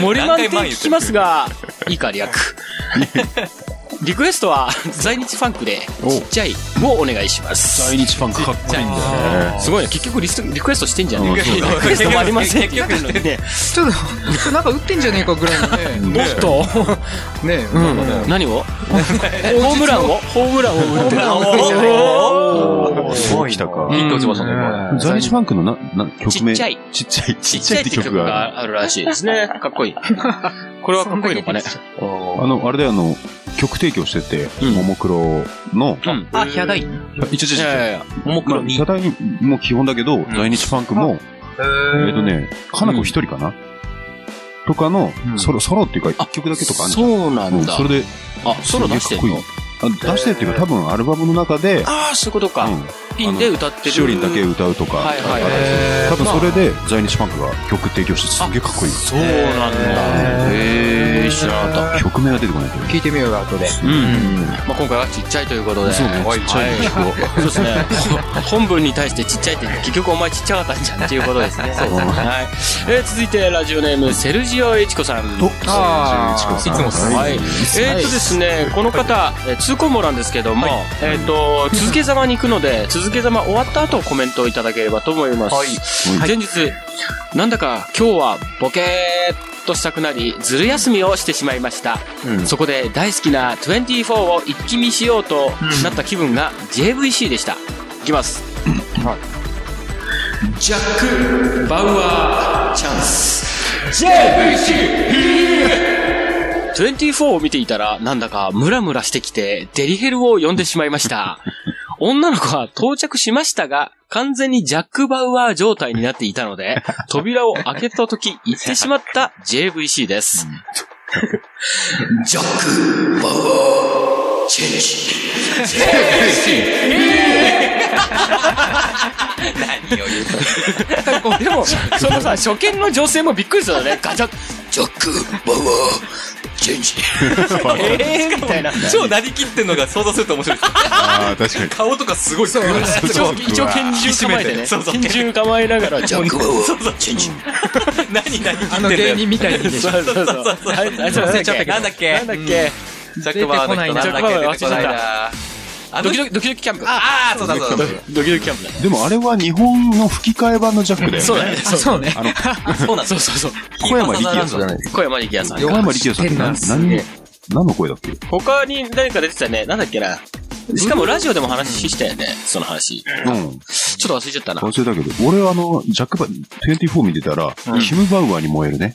森マンって
何回前言ってる
聞きますが、いいか、略。 [LAUGHS] リクエストは、在日ファンクで、
お
ちっちゃいをお願いします。
在日ファンクかっこいいん
[LAUGHS]
だよね。
すごいね。結局リストリクエストしてんじゃん。
うん
リ
そうだね
クエストもありませんって言ってるのにね。
ちょっと、なんか打ってんじゃねえかぐらいの
も
ね。
っと、
ね
うん何をホームランをホームランを打って
お
おー、そうきたか。
ヒット打ちましたね、今
ザイチファンクのな、な、曲
ちっ
名。
ちゃい。
ちっちゃい。
ち
ちっ
っ
ち
ち
ゃ
ゃ
い
い
っ
ってて
曲
曲
がある。
があるらしいです
[LAUGHS]
ね。かっこいい。これはかっこいいのかね。
あの、あれだよ、あの、曲提供してて、
うん
ももクロの、
うん。
あ、ヒャダイン。
一応、
い
一
やい
応、
やいや
ももク
ま
ロ
あ、
に。
社体も基本だけど、在日ファンクも、えっとね、かなこ一人かなとかの、ソロ、ソロっていうか、一曲だけとかあるんじゃん
そうな
うんん
だ
そ。れで、
あ、ソロ出してんの
すあ出してるっていうか、多分アルバムの中で、
ああ、そういうことか。
うん
ピンで歌ってる。
しおりんだけ歌うとか、
はいはい
あるんですよ多分それで在日パンクが曲提供してすげえかっこいい。
そうなんだ。へえ、知らなかった。
曲名が出てこないけど。
聞いてみようよ、後で。
うんうん。まあ今回はちっちゃいということで。
そうね、ちっちゃい
はい
曲を。
そうですね。 [LAUGHS] 本文に対してちっちゃいって、結局お前ちっちゃかったんじゃんっていうことですね。そうですね。はい。えー続いてラジオネーム、セルジオエチコさん。
と、
あー
11さ
い
ん
つもさ
はい。えーっとですね、この方、えー通行もなんですけども、えーっと、続けざまに行くので、続けざま終わった後コメントをいただければと思います。前日、なんだか今日はボケーっとしたくなり、ずる休みをしてしまいました。そこで大好きな24を一気見しようとなった気分が JVC でした。いきます。ジャック・バウアー・チャンス。JVC! 24を見ていたら、なんだかムラムラしてきて、デリヘルを呼んでしまいま [LAUGHS] した。女の子は到着しましたが、完全にジャック・バウアー状態になっていたので、扉を開けた時、行ってしまった JVC です。ジャック・バウアー・チェンジ。でも、そのさ、初見の女性もびっくりしたよね。ガチャ、ジャック、ババチェンジ。えーみたいな。
超なりきってんのが想像すると面白いです。
ああ、確かに。
顔とかすごいそう。
一応、一応拳銃構えてね。
そうそう
拳銃構えながら、ジャック、ババチェンジ。
何何
あの
言ってんだ
芸
よ。
人みたいにでし
[LAUGHS]
ょ
そうそうそう。あいつ忘れちゃったけど。
なんだっけ
なんだっけ。
ジャックバーの人なんだ
ジャックバー
っけ出てこない
忘れち
なあの
ドキ
人
ドキ、ドキドキキャンプ。
ああ、そうだそうだそう
ドキドキキャンプだね。
でもあれは日本の吹き替え版のジャックだよね。
そうだね。
あそうね。
だ。そうなん
そうそうそう。
小山力也さん。
小山力也さん。
小山力也さんって何何の何の声だっけ
他に誰か出てたね。なんだっけな。しかもラジオでも話したよね。その話。
うん。
ちょっと忘れちゃったな。
忘れたけど、俺はあの、ジャックバ、24見てたら、キム・バウアーに燃えるね。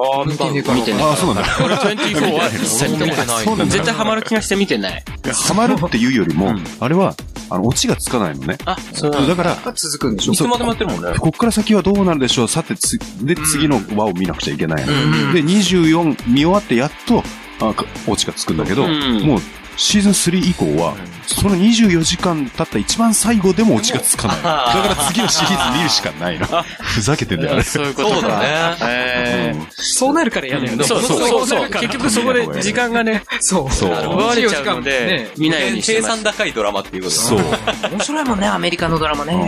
ああ、見てねえか見てねえ
ああ、そうなんだ。
俺24は一切見てない。
そうなんだ
絶対ハマる気がして見てない。
ハマるっていうよりも、あれは、あの、オチがつかないのね。
あ、そうなんだ。
だから、
続くんでしょ
いつまでもやってるもんね。こっから先はどうなるでしょうさて、つ、で、次の輪を見なくちゃいけないの。で、24見終わってやっと、あ、かオチがつくんだけど、
うん
もう、シーズン3以降は、その24時間経った一番最後でもオチがつかない。だから次のシリーズ見るしか [LAUGHS] ないの。ふざけてんだよ、あれ。
そういうことだね。へー
そうなるから嫌だよね。
そうそうそうそう。
なるから
結局そこで時間がね、
そう。
そう
奪われちゃうので
ね、
見ないようにして
計
ま
算
す。
高いドラマっていうことだ
[LAUGHS] そう。
面白いもんね、アメリカのドラマ
う
ね。
ん。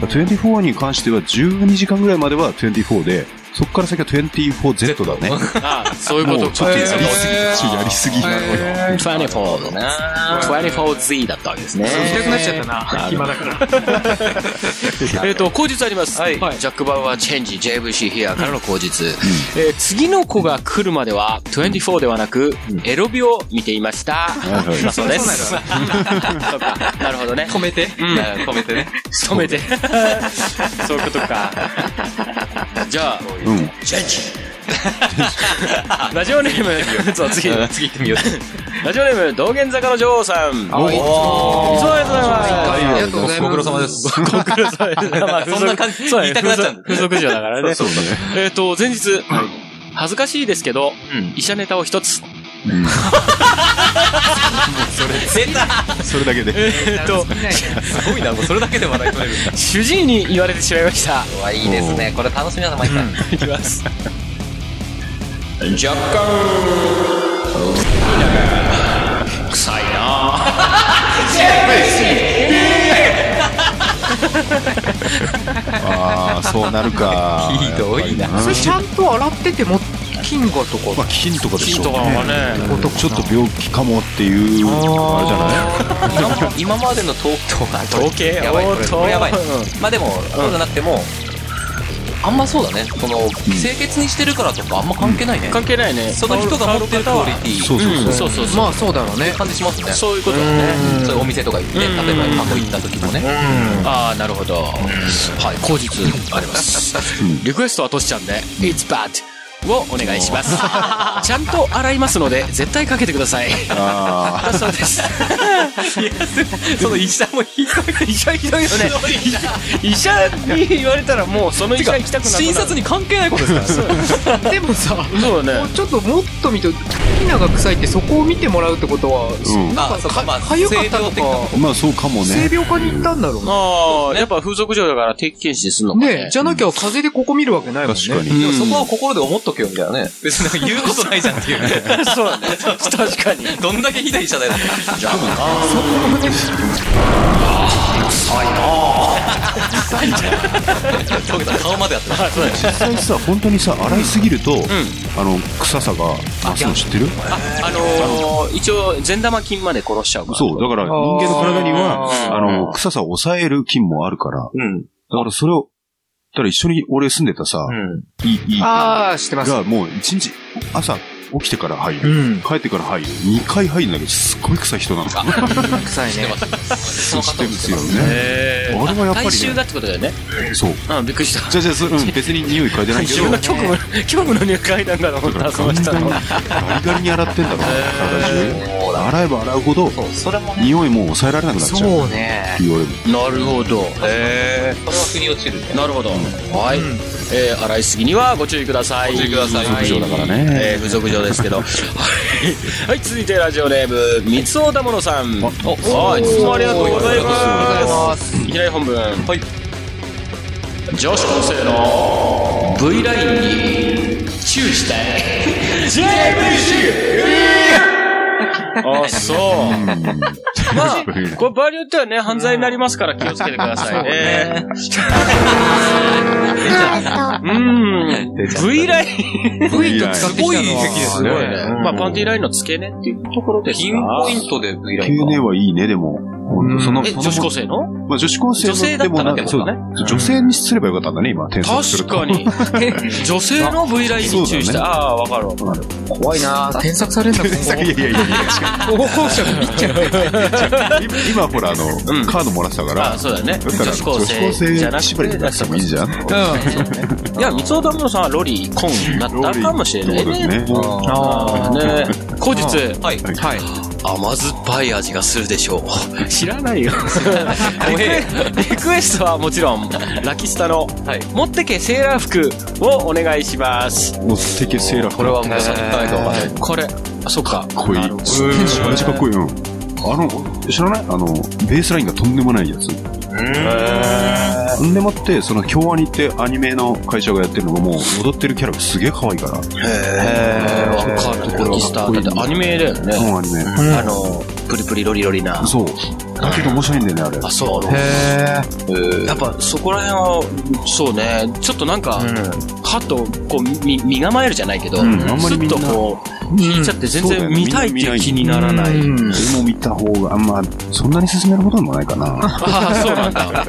24に関しては12時間ぐらいまでは24で、そこから先は 24Z だね。
あ、そういうこ
も
と
うちょっ
か
と。
へ
やりすぎ、
ー
ちょっとやりすぎなのよ。
24だな。24Z だったわけですね。
行きたくなっちゃったな、暇だから。
えっと、口述あります。はい。ジャック・バウアー・チェンジ、JVC ヒアからの口述。えー次の子が来るまでは、24ではなく、エロビを見ていました。
いはい
だそうです。そうかなるほどね。
止めて。
うん。
止めてね。
止めて。そういうことか。じゃあ、
うん。
ラジオネーム、そう、次。
うん次行ってみよう。
ラジオネーム、道玄坂の女王さん。
あ、いい
いつもありがとうござい
あ
ます。
りがとうございます。
ご苦労様です。
ご苦労様ですまあ
そんな感じ
そうだね
言いたくなっちゃうんだ
風俗嬢だからね。
そうだね。
[LAUGHS] えっと、前日、恥ずかしいですけど、医者ネタを一つ。
出た
それだけで。
えっと、
[LAUGHS] すごいな、もうそれだけで笑い取れるんだ。
主治医に言われてしまいました。
わ、いいですね。これ楽しみだな、毎回。
いきます。
若干。
臭いなぁ。
ああ、そうなるか。
ひどいな
やっぱり
それちゃんと洗ってても、金がとか。
まあ、金とかでしょうね。
ね。
ちょっと病気かもっていう、あれじゃない
今までのトークとか、
統計
やばい、これ
おーっと
これやばい。まあでも、そうじゃなくても、あんまそうだね。その、清潔にしてるからとかあんま関係ないね。
関係ないね。
その人が持ってるクオリティ
そうそうそう。
そうそうそう。
まあそうだろうね。
感じしますね。
そういうことだね。
そういうお店とか行って、例えば過去行った時もね。
ああ、なるほど。はい、口実あります。リクエストはトシちゃんで、It's bad, をお願いします。ちゃんと洗いますので、絶対かけてください。
あ
だそう [LAUGHS] です。その医者もひどい。医者ひどいよね。医者に言われたらもうその医者行きたくなくなる。
診察に関係ないことですから
でもさ、
そうだね。
ちょっともっと見て、ヒナが臭いってそこを見てもらうってことは、
うん
なん
あそ
か
っかまあ
か、かゆかったの
性病
か
的な、
あ。まあそうかも
性
ね。
病科に行ったんだろうね。
ああ、やっぱ風俗嬢だから定期検診するのかね。
ねえ、じゃなきゃ風邪でここ見るわけないもんね。
確かに。
でもそこは心で思っとけよみたいなね。別に言うことないじゃんっていうね。
そうだね。確かに。
どんだけひどい医者だよ。トゲさん顔までやってます。
実際さ、本当にさ、洗いすぎると、あの、臭さが増すの知ってる
あのー、一応、善玉菌まで殺しちゃうから。
そう、だから人間の体には、
あー
あの、臭さを抑える菌もあるから、
うん。
だからそれを、だから一緒に俺住んでたさ、
うん。
いい、いい、が
ああ、知ってます。
もう一日、朝起きてから入
う
る。
ん。
帰ってから入る。2回入るんだけど、すっごい臭い人なの。知
臭いね。
ってますよね。
へー
あれはやっぱりね
大衆がってことだよね。
そう。
うん、びっくりした。
じゃあじゃあそれ、うん、別に匂い嗅いでないけ
自
ど、
分が
だ
局
[LAUGHS]
部、局部の入会なんだろう
から
な、その
ガリ
人
ガリ
の。
ガリガリに洗ってんだろうね、体中。洗えば洗うほど、
それもね、
匂いもう抑えられなくなっちゃう。
そうね。
言われる。
なるほど。
えー、これは腑に落ちるね。
なるほど。はい。えー洗いすぎにはご注意ください。ご注意ください。
風俗嬢だからね
えー風俗嬢 [LAUGHS] ですけど。はい。はい、続いてラジオネーム、三尾だものさん。はい、いつもありがとうございます。
ありがとうございます。
いきなり本文。はい。女子高生の V ラインにチューしたい。JVC! あ、そう。まあ、これ場合によってはね、犯罪になりますから気をつけてくださいね。うん。V ライン。
V と使ってきたのは。
すごい劇ですね
まあ、パンティーラインの付け根っていうところですか
ピンポイントで V ライン
経
か。
年はいいね、でも。ほんとその、
え、
その
女子高生の
まあ女子高生の
女性だったらってことね
でもなんかそう女性にすればよかったんだね、今、転送する
確
と。
かに。女性の V ラインに注意し
そうだね
た。ああ、わかるわかる。
怖いな添削されんだ、今
いやい
[LAUGHS]
やいやいや、
後。候補者見ちゃう。
今今ほら、あの、
ん
カードもらってたか
あ
ら
あ、、そうだね。
だから
女子高生じゃなく
縛り
て
で出してもいいじゃん。
うん。
いや、三尾田村さんはロリー、コンだったかもしれないね。
ね。
ああ、ね。後日、
はい。
はい。
甘酸っぱい味がするでしょう。知らない [LAUGHS] よ。リクエリクエストはもちろん、ラキスタの、持ってけセーラー服をお願いします。
もう、素敵セーラー。これは
皆さん、誰かわかんない
これ、あ、そっか。
かっこいい。めっちゃかっこいい。うん。あの、知らないあの、ベースラインがとんでもないやつ。とんでもって、その、京アニってアニメの会社がやってるのがもう、踊ってるキャラがすげえ可愛いから。
わかる。ラキスタ、だってアニメだよ
う
ね。
ん、アニメ。
あの、プリプリロリロリな。
そう。だけど面白いんだよね、あれ。
あ、そう。やっぱそこら辺は、そうね、ちょっとなんか、はっとこうみ身構えるじゃないけど、
うんあんま
ス
りみ
ッ
んな
とこう、聞いちゃって全
そうだ
然
よね
見たいっていう気にならない。
うん
でも見た方が、あんま、そんなに進めることでもないかな。
ああ、そうなんだ。
[LAUGHS] だった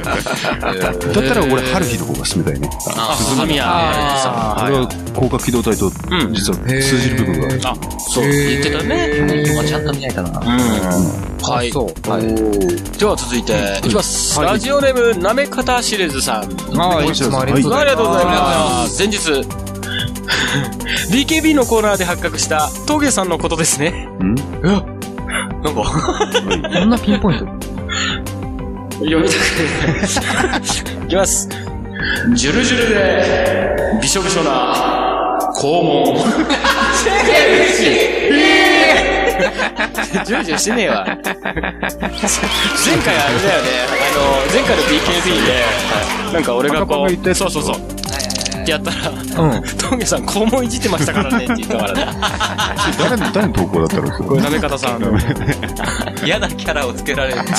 ら俺、春日の方が進めたいね。
あ、神谷
あ
あれは広角機動隊と、
うん
実は通じる部分がある。
さん。あ、そう、言ってたね。
うんちゃんと見ないかな。
うん。はい。
そう。
では続いて、いきます。ラジオネーム、なめかたしれずさん。
ああ、いつもありがとうございます。
す。前日、BKB のコーナーで発覚した、峠さんのことですね。
うん
なんか、
こんなピンポイント。
読みたくない。いきます。ジュルジュルで、びしょびしょな、肛 [LAUGHS] 門。ジュルジュルしてねえわ。前回あれだよね、あの、前回の BKB で、なんか俺がこう、そうそうそう。ってやったら、峠さん肛門いじってましたからねって言ったからね。
誰の、誰の投稿だったろうそれ
これなめ方 [LAUGHS] さん。
嫌なキャラをつけられる。
そ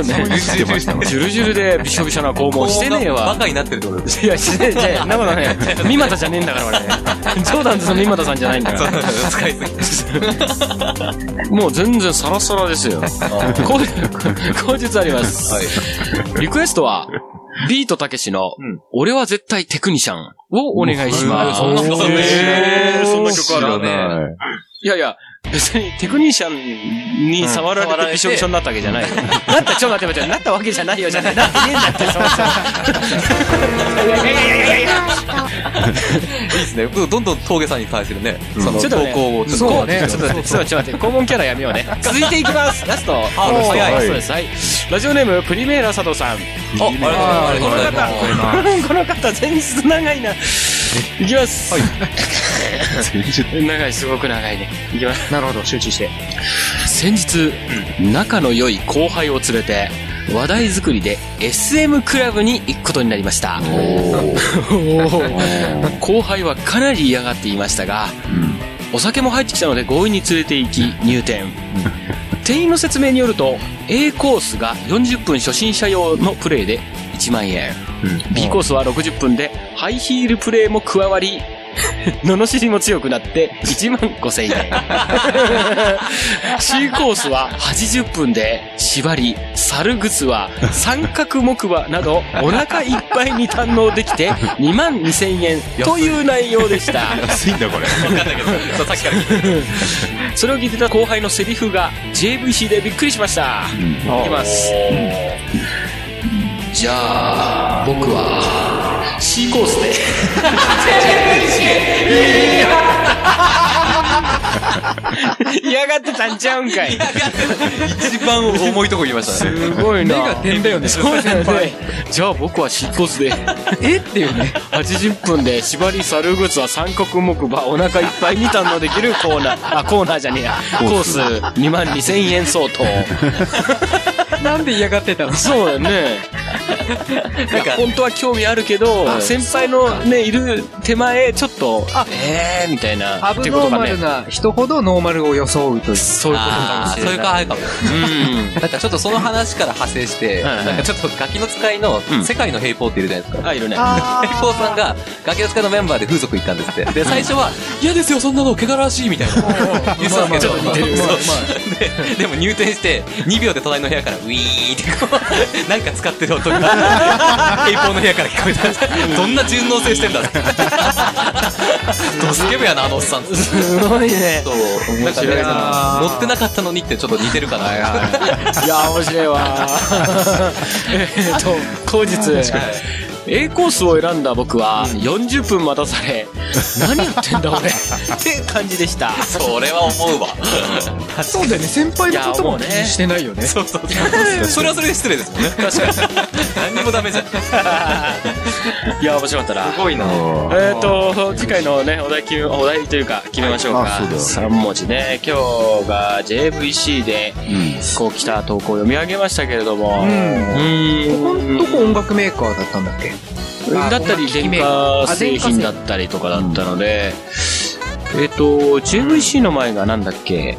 うね。ジュルジュルでびしょびしょな肛門してねえわ
バ。カになってるってことです。
いや、してねえ、じゃあ、なことね、三股じゃねえんだから、俺。ジョーダンズの三股さんじゃないんだか
使いすぎ。
ら。もう全然サラサラ [LAUGHS] ですよ。後日、後日あります。リクエストは、ビートたけしの、俺は絶対テクニシャンをお願いします。
うんそんなことない
へーそんな曲ある
知らね
はい
いやいや、別にテクニシャンに触られてびしょびしょになったわけじゃ [LAUGHS] ないよ。なった、ちょ、待って待って、なったわけじゃないよ、じゃない。なってねえんだって、そもそも。いやいやいやいやいや
ですね。どんどん峠さんに対するね、その
ちょっと
投
ね
稿をちょっと
そう
こ
だね
ちょっと待って、ちょっと待って、ちょっと待って、肛門キャラやめようね。続いていきます。ラスト。
あラスト
は。
はいい
そうです。はい。ラジオネーム、プリメーラ佐藤さん。
あ、ありがとうございます。ありがとうございま
[LAUGHS]
す。
この方、前日長いな。いきます。長い、すごく長いね。いきます。
なるほど、集中して。
先日、仲の良い後輩を連れて話題作りで SM クラブに行くことになりました後輩はかなり嫌がっていましたが、お酒も入ってきたので強引に連れて行き入店店員の説明によると A コースが40分初心者用のプレイで1万円、B コースは60分でハイヒールプレイも加わり [LAUGHS] 罵りも強くなって1万5000円 C コースは80分で縛り、猿靴は三角木馬などお腹いっぱいに堪能できて2万2000円という内容でした。
安いんだ、これ。
さっきから聞いて
それを聞いてた後輩のセリフが JVC でびっくりしました。いきます。じゃあ、僕は C コースで。 [LAUGHS] 嫌がってたんちゃうんかい。
一番重いとこ言いましたね。
すごいな。
目が点だよね
そうだよね。 [LAUGHS] じゃあ僕は C コース [LAUGHS] で。
えっていうね。
80分で縛り猿靴は三角木馬お腹いっぱいに堪能できるコーナーあコーナーじゃねえやコース2万2000円相当
なんで嫌がってたの
そうだよね
な
い
ん
や
か、
本当は興味あるけど
あ
先輩のねいる手前ちょっとあえーみたいな
ア
って
ブ
いうことが
ノーマル
ね
な人ほどノーマルを装うという。
そういうことかも
あ
し
ー
れ
そう
ない
いう考えかも。なんかちょっとその話から派生して、
はいはい
なんかちょっとガキの使いの
うん
世界の平法っているじゃないです
うん
か。
あいるね
平法さんがガキの使いのメンバーで風俗行ったんですって。で、最初は、嫌ですよ、そんなの、汚らしい、みたいな。言ってたんですけど、
まあまあまあまあまあまあ
そうででも入店して、2秒で隣の部屋からウィーンってこう、なんか使ってる音が、
[LAUGHS]
平方の部屋から聞こえたんですどんな順応性してんだって。ドスケベやな、あのおっさん。そう。
すごいね
なんかね
白いな
乗ってなかったのにってちょっと似てるかな。
いや面白いわ [LAUGHS] えっと後日 A コースを選んだ僕は40分待たされ何やってんだ俺って感じでした
それは思うわ。
そうだよね、先輩のことも気にしてないよね。
そうそうそう。それはそれで失礼ですもんね。確かに。何にもダメじゃん。
いや面白かったな
ごいな。
えっと次回のねお題決めお題というか決めましょうか、
はいあそうだよ
3文字ね今日が JVC でこう来た投稿を読み上げましたけれども
うん
ー
ここんとこ音楽メーカーだったんだっけ
だったり電化製品だったりとかだったので、えっ、と JVC の前がなんだっけ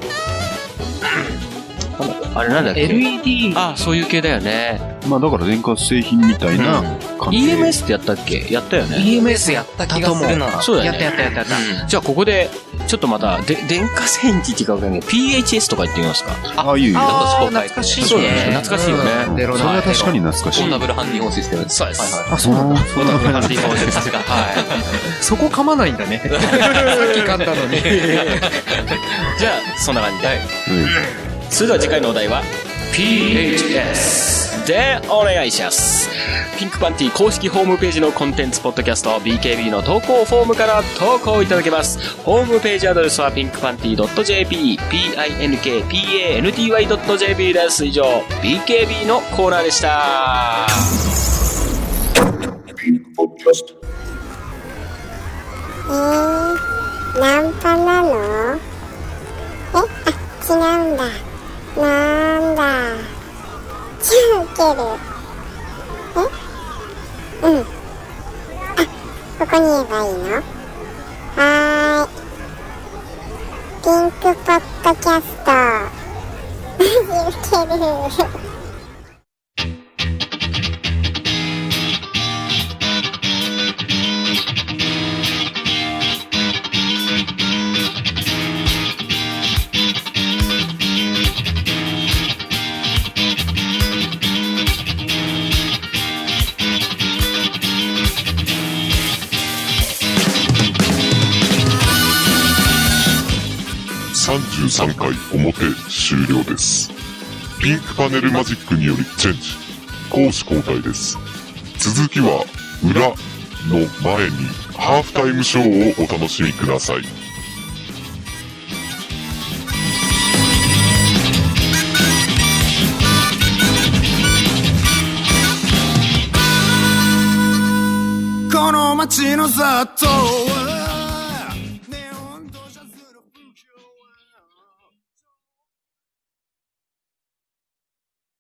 あれなんだっけ
LED
あそういう系だよね
まあ、だから電化製品みたいな感じで。
EMS ってやったっけやったよね
EMS やった気がするな
そうだよ
やっ
ね
たやったやったやった
じゃあここでちょっとまたで電化製品って言ってかわかんないけど PHS とか言ってみますか
ああいう、
あー
私公開
懐かしい
そうだね
ね
懐かしいよね
うん
それ
デロナ
は確かに懐かし
オ
い
ン。ダブルハンディーホンシステム。
そうです
はいはい
あ、そうなんだ。そうなんだ。
ハンディーホンシス
[LAUGHS]
テム。は
そこ噛まないんだねさっき噛んだのに
じゃあそんな感じで、それでは次回のお題は PHS でお願いしますピンクパンティ公式ホームページのコンテンツポッドキャスト BKB の投稿フォームから投稿いただけますホームページアドレスはピンクパンティ .jp pinkpanty.jp です以上 BKB のコーナーでした
えー、ナンパなのえあ違うんだなんだじゃあ受けるえうんあここに言えばいいのはーいピンクポッドキャスト [LAUGHS] マジ受ける
33回表終了です。ピンクパネルマジックによりチェンジ。攻守交代です。続きは、裏、の前にハーフタイムショーをお楽しみください。
この街の雑踏は